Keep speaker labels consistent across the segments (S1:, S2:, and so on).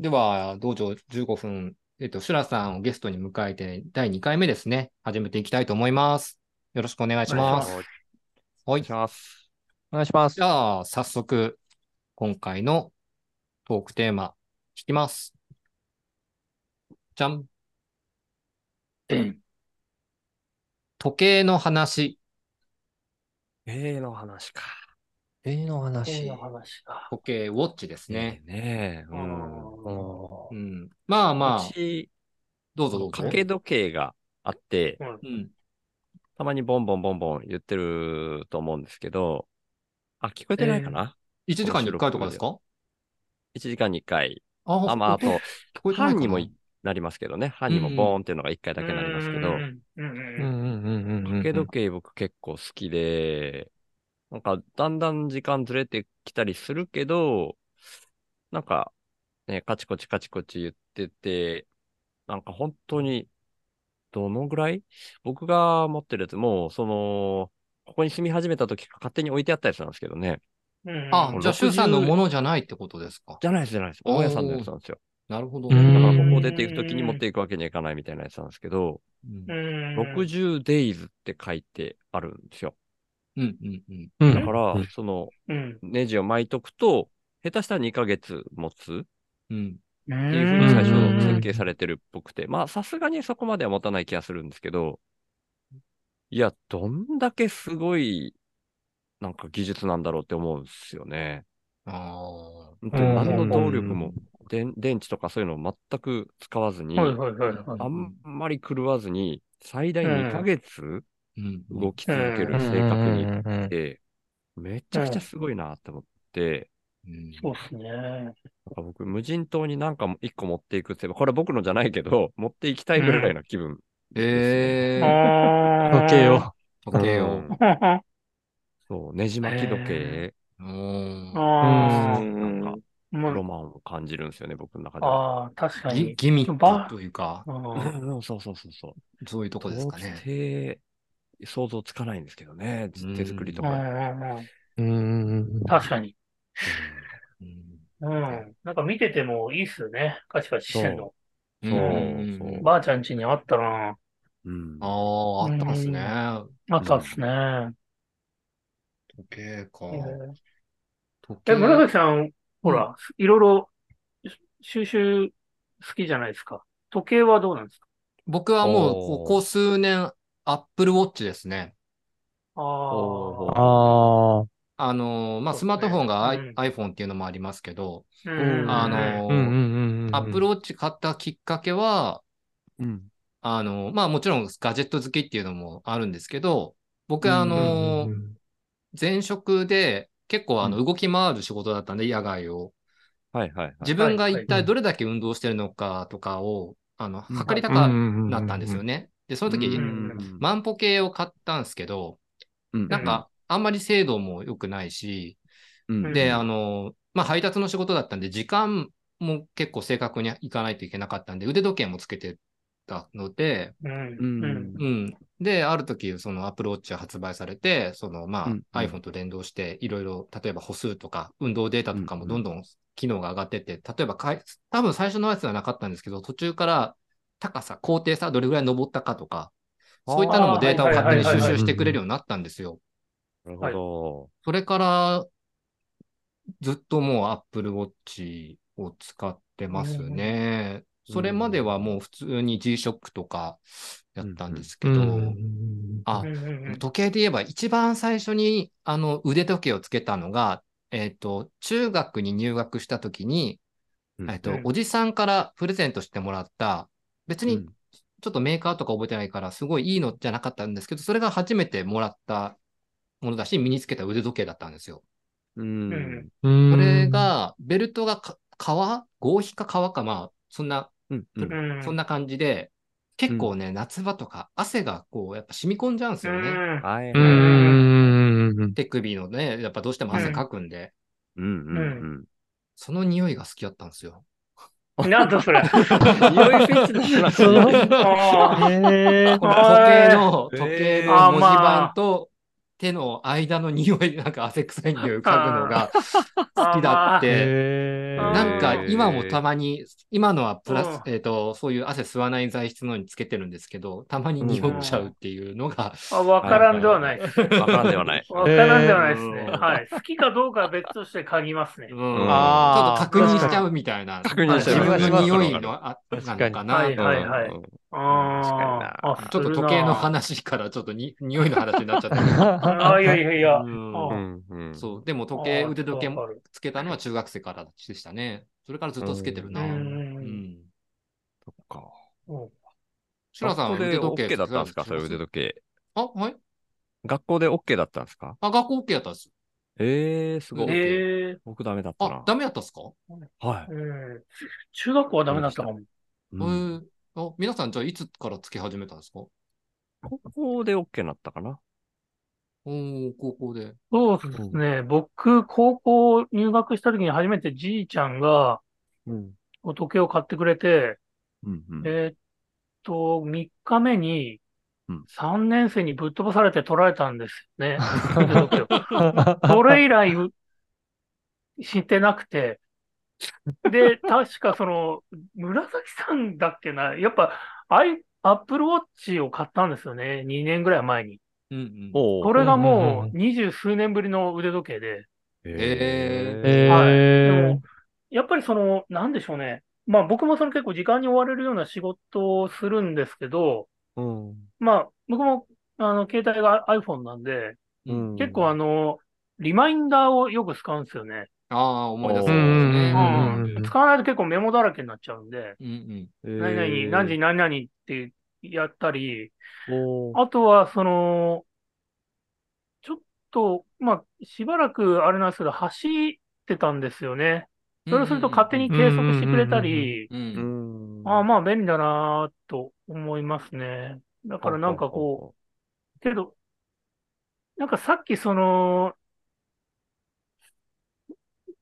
S1: では、道場15分、えっと、シュラさんをゲストに迎えて、第2回目ですね、始めていきたいと思います。よろしくお願いしま
S2: お
S1: す。
S2: 願い
S1: はい。
S2: し
S1: じ
S2: ます。お願いします。
S1: ゃあ、早速、今回のトークテーマ、聞きます。じ ゃん。時計の話。
S2: 絵の話か。
S3: 絵の
S4: 絵
S3: 話
S4: の。話か。
S1: 時計、ウォッチですね。
S2: え。ねえ。う。
S4: うん
S3: お
S1: うん。まあまあ
S2: う、ち、
S1: どうぞどうぞ。
S2: 掛け時計があって、
S1: うん。
S2: たまにボンボンボンボン言ってると思うんですけど、あ、聞こえてないかな、
S1: 1時間に1回とかですか
S2: ?1 時間に1回。
S1: あ
S2: あ、まあ、あと、
S1: 聞こえてないかな
S2: 班にもなりますけどね。班にもボーンっていうのが1回だけなりますけど、
S3: うんうんうんうんうん。
S2: 掛け時計僕結構好きで、なんかだんだん時間ずれてきたりするけど、なんかね、カチコチカチコチ言ってて、なんか本当に、どのぐらい僕が持ってるやつも、その、ここに住み始めた時勝手に置いてあったやつなんですけどね。
S1: あ、
S2: うん
S1: じゃあ、シュウさんのものじゃないってことですか。
S2: じゃないです、じゃないです。
S1: おー
S2: 大家さんのやつなんですよ。
S1: なるほど。
S3: う
S2: だ
S3: ん
S2: からここ出ていく時に持っていくわけにはいかないみたいなやつなんですけど、
S1: うん
S4: 時
S2: 60 days って書いてあるんですよ。
S1: うんうんうん。
S3: うん
S2: だから
S3: うん、
S2: その、
S4: うん。
S2: ネジを巻いとくと、下手したら2ヶ月持つ
S1: うん。
S2: っ
S4: う
S2: て
S4: ん
S2: いうふうに最
S3: うん
S2: 初設計されてるっぽくて、まあさすがにそこまでは持たない気がするんですけど、いや、どんだけすごい、なんか技術なんだろうって思うんですよね。
S1: あ
S2: 本当に何
S4: う
S2: の
S4: ん
S2: 動力も、でん電池とかそういうのを全く使わずに、
S4: はいはいはいはい。
S2: あんまり狂わずに、最大2ヶ月
S1: ーうん。
S2: 動き続け
S4: う
S2: る
S4: ん
S2: 正確に
S3: うんうんうん
S2: って、めちゃくちゃすごいなって思って、
S1: うん
S4: そうですね。
S2: なんか僕、無人島になんかも一個持っていくって言えば、これは僕のじゃないけど、持っていきたいぐらいの気分。
S1: えー、
S4: あ
S3: 時計。を。
S1: 時計を。
S2: うんそう、ねじ巻き時計、
S1: うん
S4: あ
S3: う
S2: な
S4: あ。
S2: んか
S4: も
S2: ロ
S4: う
S2: マンを感じるんですよね、僕の中では。
S4: ああ、確か
S1: ギ
S4: に。
S1: ギミックというか、
S4: うん
S2: うんうんそうそうそうそう。
S1: そういうとこですか
S2: 到
S1: ね。
S2: 底想像つかないんですけどね、
S1: うん
S2: 手作りと
S4: う
S2: か。
S4: んうん
S3: うんうんうん
S4: 確かに。
S1: うん
S4: うん。なんか見ててもいいっすよね。カチカチしてんの。
S2: そう
S1: うん
S2: そう
S4: ばあちゃん家にあったな。
S2: うん
S1: ああ、あったんですね。
S4: あったっすね。
S1: 時計か。
S4: うん
S1: 時計
S4: え、紫さん、ほら、いろいろ収集好きじゃないですか。時計はどうなんですか
S1: 僕はもう、こ
S2: おー
S1: こ数年、アップルウォッチですね。
S4: あ
S2: お
S4: あ。
S3: あ
S1: あのーまあ、
S4: そう
S1: スマートフォンが I-
S4: うん
S1: iPhone っていうのもありますけど、
S4: うん
S1: あの
S3: あ。
S1: ー
S3: うんうんうんうん。
S1: アップルウォッチ買ったきっかけは、
S2: うん
S1: あの、まあもちろんガジェット好きっていうのもあるんですけど、僕あ
S3: うんうん
S1: の
S3: う、ん
S1: 前職で結構あの
S2: う
S1: 動き回る仕事だったんで、野外を。
S2: はいはいはい。
S1: 自分が一
S3: はいは
S1: 体
S3: い
S1: どれだけ運動してるのかとかを、あの、
S2: うん
S1: 測りたく
S3: うん
S1: な
S3: うんうんうん
S1: ったんですよね。で、その
S2: う
S1: 時、
S2: ん
S1: 万歩計を買ったんですけど、なん、かあんまり精度も良くないし、
S2: うんうん
S1: で、
S2: うん
S1: あの、まあ、配達の仕事だったんで、時間も結構正確にいかないといけなかったんで、腕時計もつけてたので、
S4: うん。うん。
S1: うん。で、ある時、その Apple Watch が発売されて、その、まあ、
S2: うんうん
S1: iPhone と連動して、いろいろ、例えば歩数とか、運動データとかもどんどん機能が上がってって、例えばかい、多分最初のやつはなかったんですけど、途中から高さ、高低差、どれぐらい登ったかとか、そういったのもデータを勝手に収集してくれるようになったんですよ。
S2: なるほど。
S1: それから、ずっともう Apple Watch を使ってますね。
S2: うん
S1: それまではもう普通に G-SHOCK とかやったんですけ
S3: うん
S1: ど、
S3: うんうん
S1: あ
S4: う、んうん
S1: 時計で言えば一番最初にあの腕時計をつけたのが、えっ、と、中学に入学した時に、
S2: うん
S1: えっ、と
S4: うん、
S1: おじさんからプレゼントしてもらった、別
S2: う
S1: に
S2: ん
S1: ちょっとメーカーとか覚えてないから、すごいいいのじゃなかったんですけど、それが初めてもらったものだし、身につけた腕時計だったんですよ。
S2: うん
S4: うん
S3: うん
S1: それ、が、ベルトがか革合皮か革か、まあ、そんな、
S2: うんうん
S4: うん。
S1: そんな感じで、結構ね、夏場とか汗がこう、やっぱ染み込んじゃうんです
S4: う
S1: よね。
S4: ん。
S2: はい
S3: うんうんうんうん
S1: 手首のね、やっぱどうしても汗かくんで、
S2: うんうんうん。
S1: その匂いが好きだったんですよ。
S4: なんだ それ。
S2: 匂いフェチの話
S3: その
S4: あ
S3: うん。えー
S1: この時計の、時計の文字盤と、手の間の匂い、 なんか汗臭い匂いを嗅ぐのが好きだっ
S3: へ
S1: て、
S3: え
S4: あー
S1: なんか今もた
S2: ま
S1: まに、今のはプラス、
S4: う
S1: えっ、と、そういう汗吸わない材質のにつけてるんですけど、たまに匂っちゃうっていうのが、
S4: あ、わからんではないです。
S2: わからんでは ない。
S4: わからんではないですね。
S2: うん
S4: はい。好きかどうかは別として嗅ぎますね
S1: う。んちょっ
S3: あ
S1: と確
S3: ー
S1: 認しちゃうみたいな。
S2: 確認しちゃう
S1: 自分の匂い
S2: 確か
S1: のあ
S3: 確か
S1: な
S3: に
S1: のかな。
S4: はいはいはい
S2: うん
S4: あーあ、
S1: ちょっと時計の話からちょっとに匂いの話になっちゃったけど。
S4: ああ、いやいやいや。
S2: う
S1: うん
S2: んうん
S1: そう、でも時計、腕時計
S4: も
S1: も。つけたのは中学生からでしたね。それからずっとつけてるな。う
S4: う。
S1: んん。
S2: そっか。
S1: シュラさんは
S2: 学校
S1: 腕
S2: で
S1: 時計
S2: OK だったんですか
S1: つ
S2: そ
S1: け
S2: う
S1: て
S2: いう腕時計。
S1: あ、はい。
S2: 学校で OK だったんですか
S1: あ、学校 OK やったんです。
S2: ええ、すごい。
S4: ええ
S2: 僕ダメだった
S1: あ
S2: な、。
S1: ダメやったんですか
S2: はい。
S4: うん。中学校はダメだったかも。
S1: えーあ皆さん、じゃあいつからつけ始めたんですか
S2: 高校で OK になったかな
S1: おー、高校で。
S4: そうですね。僕、高校入学した時に初めてじいちゃんが
S2: うん。
S4: お時計を買ってくれて、
S2: うんうん
S4: えーっと、3日目に
S2: うん
S4: 3年生にぶっ飛ばされて取られたんですよ ね。腕時計をそれ以来、知ってなくて。で、確かその、紫さんだっけな、やっぱ、アイ、アップルウォッチを買ったんですよね。2年ぐらい前に。
S1: うんうん。
S2: お
S4: こ
S2: ー
S4: れが
S3: うんうん
S4: も
S3: うん
S4: う、二十数年ぶりの腕時計で。
S1: え
S2: え
S3: へー
S4: はい。でも、やっぱりその、なんでしょうね。まあ僕もその結構時間に追われるような仕事をするんですけど、
S2: うん
S4: まあ僕も、あの、携帯が iPhone なんで、
S2: うん
S4: 結構あの、リマインダーをよく使うんですよね。
S1: ああ、思い出す
S2: う
S1: ね。
S2: ん
S1: うん
S3: うん
S1: うん
S3: うん
S4: うん使わないと結構メモだらけになっちゃうんで、
S1: うん。
S4: 何々、何時何々ってやったり、
S2: おー
S4: あとはその、ちょっと、まあ、しばらくあれなんですけど、走ってたんですよね。それをすると勝手に計測してくれたり、
S1: うん。うん
S2: うん
S4: ああ、まあ便利だなぁと思いますね。だからなんかこう、けど、なんかさっきその、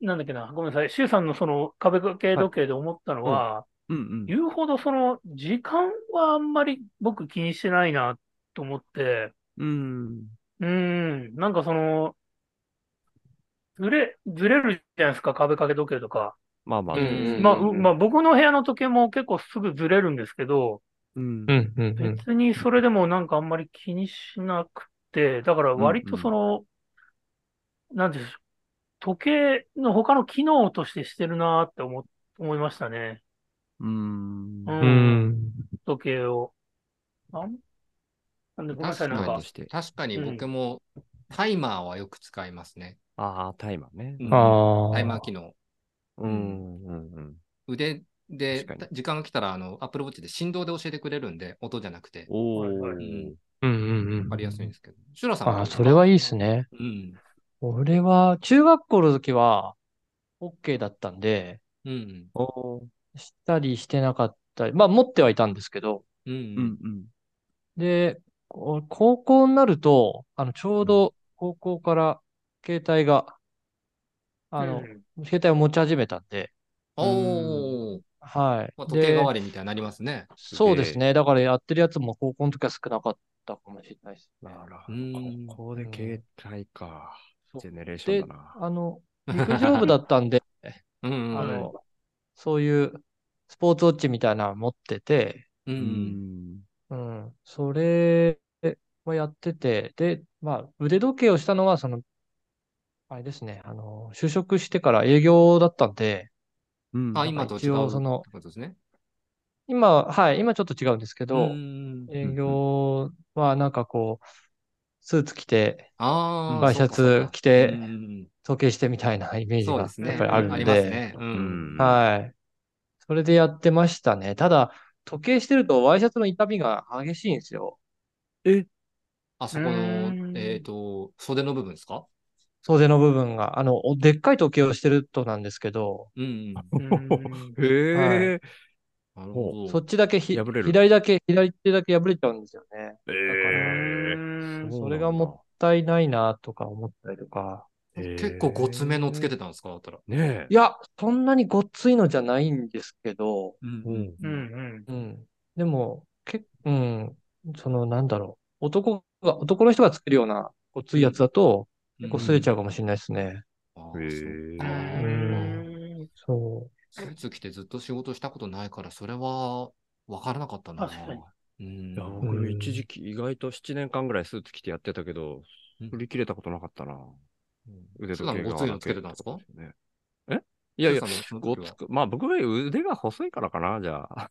S4: なんだっけな、ごめんなさい、シュウさんのその壁掛け時計で思ったのは、
S2: うんうん。
S4: 言うほどその時間はあんまり僕気にしてないなと思って、
S2: うん。
S4: うん、なんかその、ずれ、ずれるじゃないですか、壁掛け時計とか。
S2: まあまあ。
S1: うん
S4: まあ、うまあ、僕の部屋の時計も結構すぐずれるんですけど、
S2: うん
S3: うんうんうん
S4: 別にそれでもなんかあんまり気にしなくて、だから割とその、なんていうんでしょう、時計の他の機能としてしてるなーって思、思いましたね。
S2: うん。
S4: う、
S3: うんん
S4: 時計を。あんなんで、ごめんなさい、なん
S1: 確
S4: か
S1: に。確かに僕もタイマーはよく使いますね。
S2: ああ、タイマーね。
S1: うん
S3: ああ
S1: タイマー機能。
S2: うんうんうん。
S1: 腕で
S2: 確かに
S1: 時間が来たら、あの、Apple Watch で振動で教えてくれるんで、音じゃなくて、
S2: お
S4: はい
S2: お
S4: はい
S1: うん。
S3: うんうんうん
S1: わかりやすいんですけど。シュラさん
S3: あ
S1: どう
S3: あ、
S1: です
S3: そ
S1: か
S3: れはいいですね。
S1: うん。
S3: 俺は、中学校の時は、OK だったんで、
S1: うん。
S2: おー
S3: したりしてなかったり、まあ持ってはいたんですけど、
S1: うん。
S2: う
S1: うん
S2: んうん。
S3: で、こう高校になると、あの、ちょうど高校から携帯が、あの、
S4: うん
S3: 携帯を持ち始めたんで、
S1: おー。
S3: はい。
S1: まあ、時計代わ
S3: で、
S1: りみたいになりますね。
S3: そうですね。だからやってるやつも高校の時は少なかったかもしれないです
S1: う
S3: ね。
S2: こ
S1: ん。
S2: こで携帯か。
S3: そう
S2: ジェネレーションだな。
S3: あの、陸上部だったんで、
S1: うん う
S3: あ
S1: ん。
S3: の、そういうスポーツウォッチみたいなの持ってて、
S1: う。
S2: うんん。
S3: うん、それはやってて、で、まあ、腕時計をしたのは、その、あれですね、あの、就職してから営業だったんで、
S2: うん
S1: あ、今と違
S3: 一
S1: う
S3: 応
S1: って
S3: その
S1: ことですね。
S3: 今、はい、今ちょっと違うんですけ
S1: う
S3: ど、
S1: ん
S3: 営業はなんかこう、スーツ着て、
S1: ああ。
S3: ワイシャツ着て
S1: そうかそう
S3: 時計してみたいなイメ
S1: か
S3: ージ
S1: そう
S3: が
S1: ですね。
S3: やっぱりあるん
S1: あります
S3: で、
S1: ね。うん。
S3: はい。それでやってましたね。ただ、時計してるとワイシャツの痛みが激しいんですよ。
S1: あそこ
S4: う
S1: の、
S4: ん
S1: えっと、袖の部分ですか
S3: 袖の部分が。あの、おでっかい時計をしてるとなんですけど、
S1: うん。
S4: うん
S2: い。へえ。
S1: なるほど。
S3: そっちだけひ、
S2: 破れる
S3: 左だけ、左手だけ破れちゃうんですよね。
S2: え
S4: う
S2: え。
S4: ん
S3: それがもったいないなとか思ったりとか。
S1: 結構ごつめのつけてたんですかだったら。
S2: ねえ
S3: い。や、そんなにごっついのじゃないんですけど、
S1: うん。
S4: うんうん。
S3: うん。でも、け、うん、その、なんだろう。男が、男の人がつけるようなごついやつだと、
S1: 結
S3: 結構擦れちゃ
S1: う
S3: うかもしれないですね。
S1: ん。あ
S2: へ
S1: ーそう
S2: え。
S1: ス
S3: んそ
S1: ーツ着てずっと仕事したことないから、それは分からなかったな。
S4: 確かに
S1: うん
S2: いや、
S3: う
S2: 僕、
S3: ん
S2: 一時期、意外と7年間ぐらいスーツ着てやってたけど
S1: うん、
S2: 売り切れたことなかったな。腕
S1: 普
S2: 時計
S1: 段
S2: が
S1: ごついのつけてたんですか
S2: 合わなくてねえいやいや、
S1: ご
S2: ご
S1: つ
S2: つく、まあ僕が腕が細いからかな、じゃあ。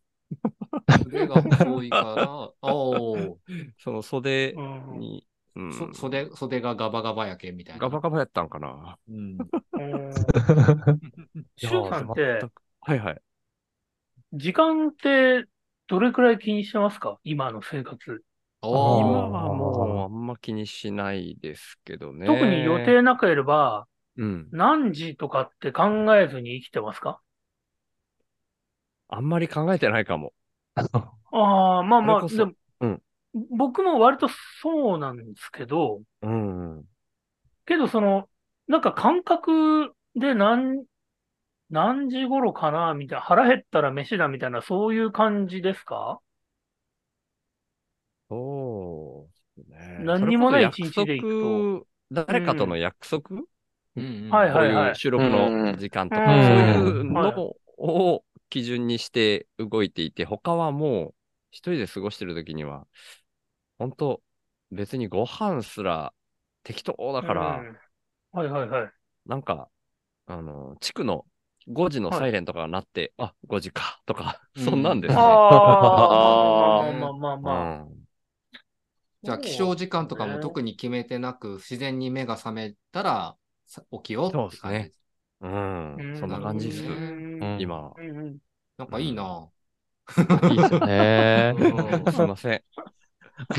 S1: 腕が細い から、おー
S2: その袖
S4: うん
S2: に、うん
S1: そ袖、袖がガバガバやけんみたいな。
S2: ガバガバやったんかな。
S1: うん。
S4: うん
S3: う。
S4: シュウさんって
S2: 全、くはいはい。
S4: 時間ってどれくらい気にしてますか今の生活。
S2: 今
S3: ー
S1: おー
S2: はもうあんま気にしないですけどね。
S4: 特に予定なければ、
S2: うん。
S4: 何時とかって考えずに生きてますか
S2: あんまり考えてないかも。
S4: ああ、まあま
S2: そ
S4: あ、
S2: れこそ
S4: でも、
S2: うん
S4: 僕も割とそうなんですけど、
S2: うん。
S4: けどその、なんか感覚で何、何時頃かなみたいな、腹減ったら飯だみたいな、そういう感じですか
S2: そうですね。
S4: 何にもない一
S2: そ
S4: 日で
S2: れ
S4: 行
S2: こ
S4: く
S2: そ約束、誰かとの約束、
S1: うんうん
S4: はい
S2: こう
S4: はい
S2: いう収録の時間とか、
S4: うん
S2: そういうのを基準にして動いていて、他はもう一人で過ごしてる時には、本当別にご飯すら適当だから、
S4: うんはいはいはい。
S2: なんか、あの、地区の5時のサイレンとかが鳴って、あ、5時か、とか、
S1: うん
S2: そんなんですね。
S4: ああ、
S1: あー
S4: まあまあまあまあまあ。
S1: じゃあ、起床時間とかも特に決めてなく、自然に目が覚めたらさ起きようって
S2: そう
S1: 感
S2: で
S1: じ
S2: すね。うん、うん、そんな感じです
S1: う。
S3: ん
S2: 今は。
S4: うんうん
S1: なんかいいな。
S2: いいです よね。
S3: ね
S1: うん
S2: すいません。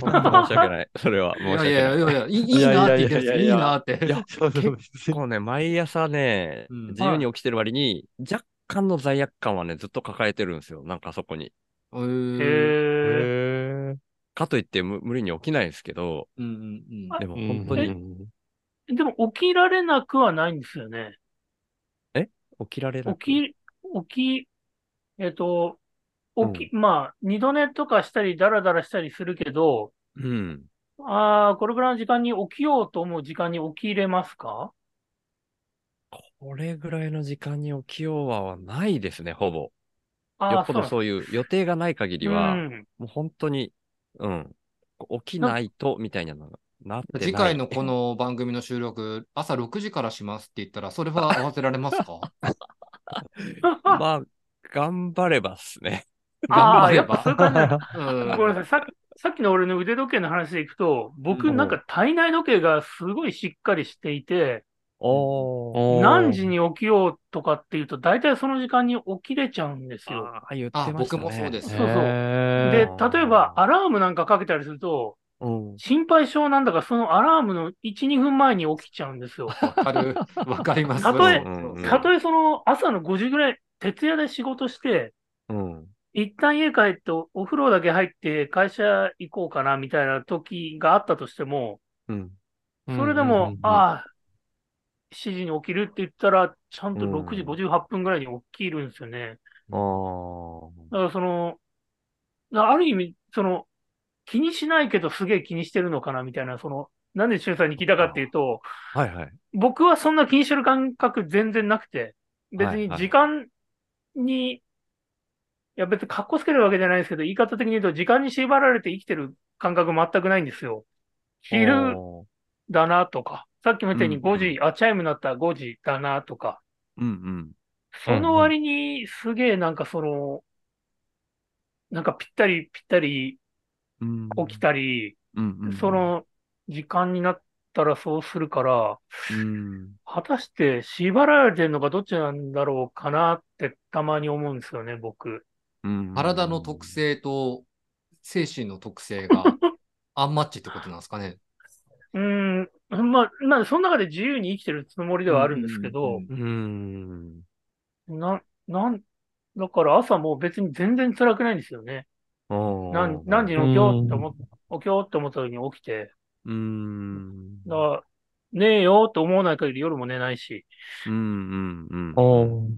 S2: 本当申し訳ない。それは申
S1: い
S2: し訳
S1: や
S2: ない。
S1: いやいやいや、いいいいなって言ってるんですよ。
S3: いやい
S1: いい
S3: やいやいや
S1: なって。
S2: いや
S3: そうそう
S2: 結構ね、毎朝ね、
S1: うん
S2: 自由に起きてる割に、若干の罪悪感はね、ずっと抱えてるんですよ。なんかそこに。
S1: うーん
S4: へえ。
S3: へー
S2: かといって無無理に起きないんですけど、
S1: うんうん
S4: あ
S2: でも
S3: うん
S2: 本当
S4: う
S2: に
S4: でも起きられなくはないんですよね。
S2: 起きられなく
S4: 起き、起き、えっと、起き、まあ、二度寝とかしたり、だらだらしたりするけど、
S2: うん。
S4: ああ、これぐらいの時間に起きようと思う時間に起きれますか
S2: これぐらいの時間に起きようははないですね、ほぼ。
S4: ああ、
S2: よっぽど
S4: う
S2: そういう予定がない限りは、
S4: なんですね
S2: もう本当に、うん。起きないと、みたいなのがなって
S1: うん。
S2: ない。
S1: 次回のこの番組の収録、朝6時からしますって言ったら、それ は合わせられますか
S4: うん。
S2: まあ、頑張ればっす ね。
S4: あ
S1: 頑
S4: あ、
S1: 張れ
S4: やっ
S1: ば
S4: ぱそういう感じなんだ
S1: うん
S4: ごめんなさい。ささっきの俺の腕時計の話でいくと、
S1: う
S4: 僕
S1: ん
S4: なんか体内時計がすごいしっかりしていて、
S2: おー。
S4: 何時に起きようとかっていうと、大体その時間に起きれちゃうんですよ。
S2: ああ、言ってまし
S1: あ
S2: たね。
S1: 僕もそうです。
S4: そうそうで、
S3: へ
S4: 例
S2: あー
S4: えばアラームなんかかけたりすると、
S2: うん。
S4: 心配性なんだからそのアラームの1、2分前に起きちゃうん ですよ。
S1: わかる。わかります。
S4: たとえ
S1: うん
S4: たとえその朝の5時ぐらい、徹夜で仕事して、
S2: うん。
S4: 一旦家帰ってお風呂だけ入って会社行こうかなみたいな時があったとしても、
S2: うん。
S3: ー
S4: それで
S3: うんうん
S4: も
S3: うん、
S4: ああ、7時に起きるって言ったら、ちゃんと
S2: うん
S4: 6時58分ぐらいに起きるんですよね。
S2: ああ。
S4: だからその、だからある意味、その、気にしないけどすげえ気にしてるのかなみたいな、その、なんで周さんに聞いたかっていうと、
S2: はいはい。
S4: 僕はそんな気にしてる感覚全然なくて、別に時間に、いや別に格好つけるわけじゃないですけど、言い方的に言うと時間に縛られて生きてる感覚全くないんですよ。昼
S2: おー
S4: だなとか、さっきも言ったように
S2: うんうん
S4: 5時、あ、チャイム鳴ったら5時だなとか、
S2: うん
S4: その割にすげえなんかその、なんかぴったりぴったり
S2: うん。
S4: 起きたり、
S2: うんうん。
S4: そ、の時間になったらそうするから、
S2: うん。
S4: 果たして縛られてるのかどっちなんだろうかなってたまに思うんですよね、僕。
S2: うん
S1: 体の特。性と精神の特性 がアンマッチってことなんですかね。
S4: うーん、まあ、まあ、その中で自由に生きてるつもりではあるんですけど、
S2: うん。
S4: な、なん、だから朝もう別に全然辛くないんですよね。
S2: おー
S4: 何何時に起きようって思っ起きようって思った時に起きて、
S2: うん。
S4: だから、寝ようと思わない限り夜も寝ないし、
S2: うんうんうん。
S3: お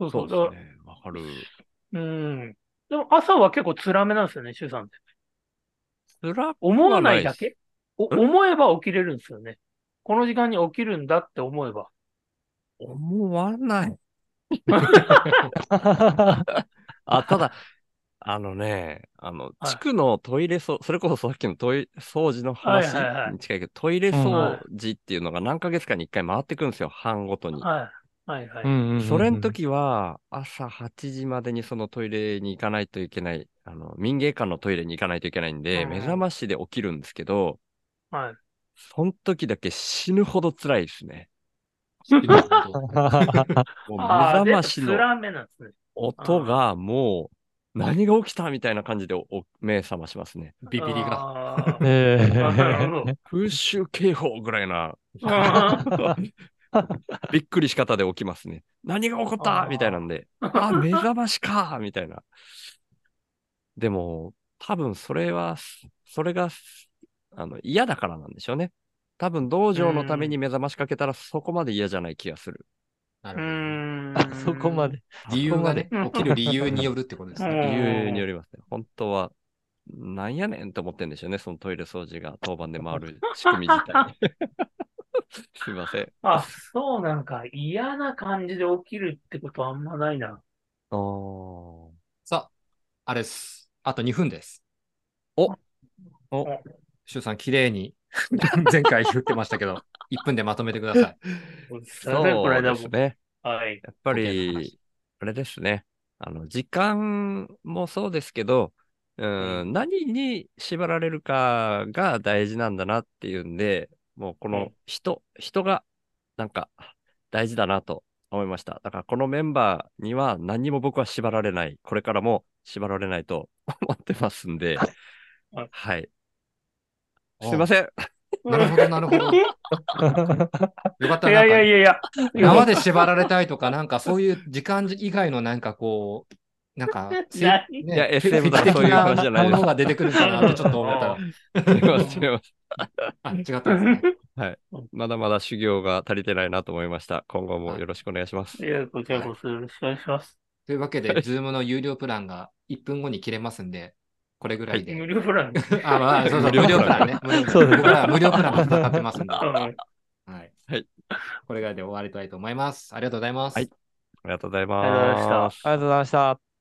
S4: そう
S2: そ
S4: そうう、
S2: で
S4: だ
S2: すね。わかる。
S4: からうん。でも朝は結構辛めなんですよね、シュウさんって。
S2: 辛くは
S4: 思わない
S2: で
S4: だ
S2: す
S4: けお思えば起きれるんですよね。この時間に起きるんだって思えば。
S2: 思わない。あ、ただ、あのね、あの、
S4: はい
S2: 地区のトイレ掃、それこそさっきのトイ掃除の話
S4: はいはいはい
S2: に近いけど、トイレ
S3: うん
S4: は
S2: 掃
S4: い
S2: 除っていうのが何ヶ月かに一回回ってくるんですよ、班ごとに。
S4: はい。はいはい。
S3: うんうんうん
S2: それの時は、朝8時までにそのトイレに行かないといけない、あの、民芸館のトイレに行かないといけないんで、
S4: うん
S2: 目覚ましで起きるんですけど、
S4: はい。
S2: その時だけ死ぬほど辛いですね。もう目
S4: ああ、
S2: 覚
S4: で、
S2: ましの
S4: 辛めなんですね。
S2: 音がもう、何が起きたみたいな感じでおお目覚ましますね。
S1: ビビりが。
S4: が
S3: ええ
S4: なるほど
S2: 空襲警報ぐらいな、
S4: あ
S2: びっくりし方で起きますね。何が起こった
S4: あー
S2: みたいなんで、あ、目覚ましかみたいな。でも、多分それは、それがあの嫌だからなんでしょうね。多分道場のために目覚ましかけたらそこまで嫌じゃない気がする。
S1: な
S4: う
S1: る
S4: ん。
S3: そこま。で。
S1: ほど理由がね
S4: そこまで、
S1: 起きる理由によるってことです
S4: うん
S1: ね。
S2: 理由によりますね。本当は、なんやねんと思ってんでしょうね。そのトイレ掃除が当番で回る仕組み自体。すいません。
S4: あ、そうなんか嫌な感じで起きるってことはあんまないな。
S2: あー
S1: さあ、あれです。あと2分です。
S2: お
S1: おシュウさん、綺麗に 前回言ってましたけど、1分でまとめてください。
S4: すいませんこ
S2: そ
S4: れ
S2: う
S4: だ
S2: ですね。
S4: はい。
S2: やっぱ
S1: 時計の
S2: り
S1: 話、
S2: あれですね。あの、時間もそうですけど、うん、何に縛られるかが大事なんだなっていうんで、もうこ
S4: う
S2: の
S4: ん
S2: 人、人がなんか大事だなと思いました。だからこのメンバーには何にも僕は縛られない。これからも縛られないと 思ってますんで
S4: はい、
S2: はい。すい ません。
S1: なるほど、なるほど。よかった
S4: い
S1: らなん
S4: やい
S1: か
S4: やいやいや。
S1: 縄で縛られたいとか、なんかそういう時間以外のなんかこう、なんか、せ
S4: ない
S1: ね
S2: いや SM だ
S1: フェチ的
S2: そういう話じゃないです
S1: ものが出てくるかなってちょっと思ったら、
S2: すいませんすいません
S1: あ、違ったんですね。
S2: まだまだ修行が足りてないなと思いました。今後もよろしくお願いします
S4: い。や、こちらこそよろしくお願いします。
S1: というわけで、Zoom の有料プランが1分後に切れますんで、これぐらいで。
S4: 無料プラ ン。
S1: あ、まあ、そうそう、
S2: 無料
S1: 無料
S2: プ
S1: プ
S2: ラ
S1: ラ
S2: ン
S1: ンね。無料プ
S3: そう
S1: ラ
S3: で
S1: ン
S3: す
S1: 僕らは無料プランも使ってますんで。は
S4: うん
S1: い。
S2: はい。
S1: これぐらいで終わりたいと思います。ありがとうございます。
S2: はいありがとうござい
S4: ありがとうございました
S2: ます。
S3: ありがとうございました。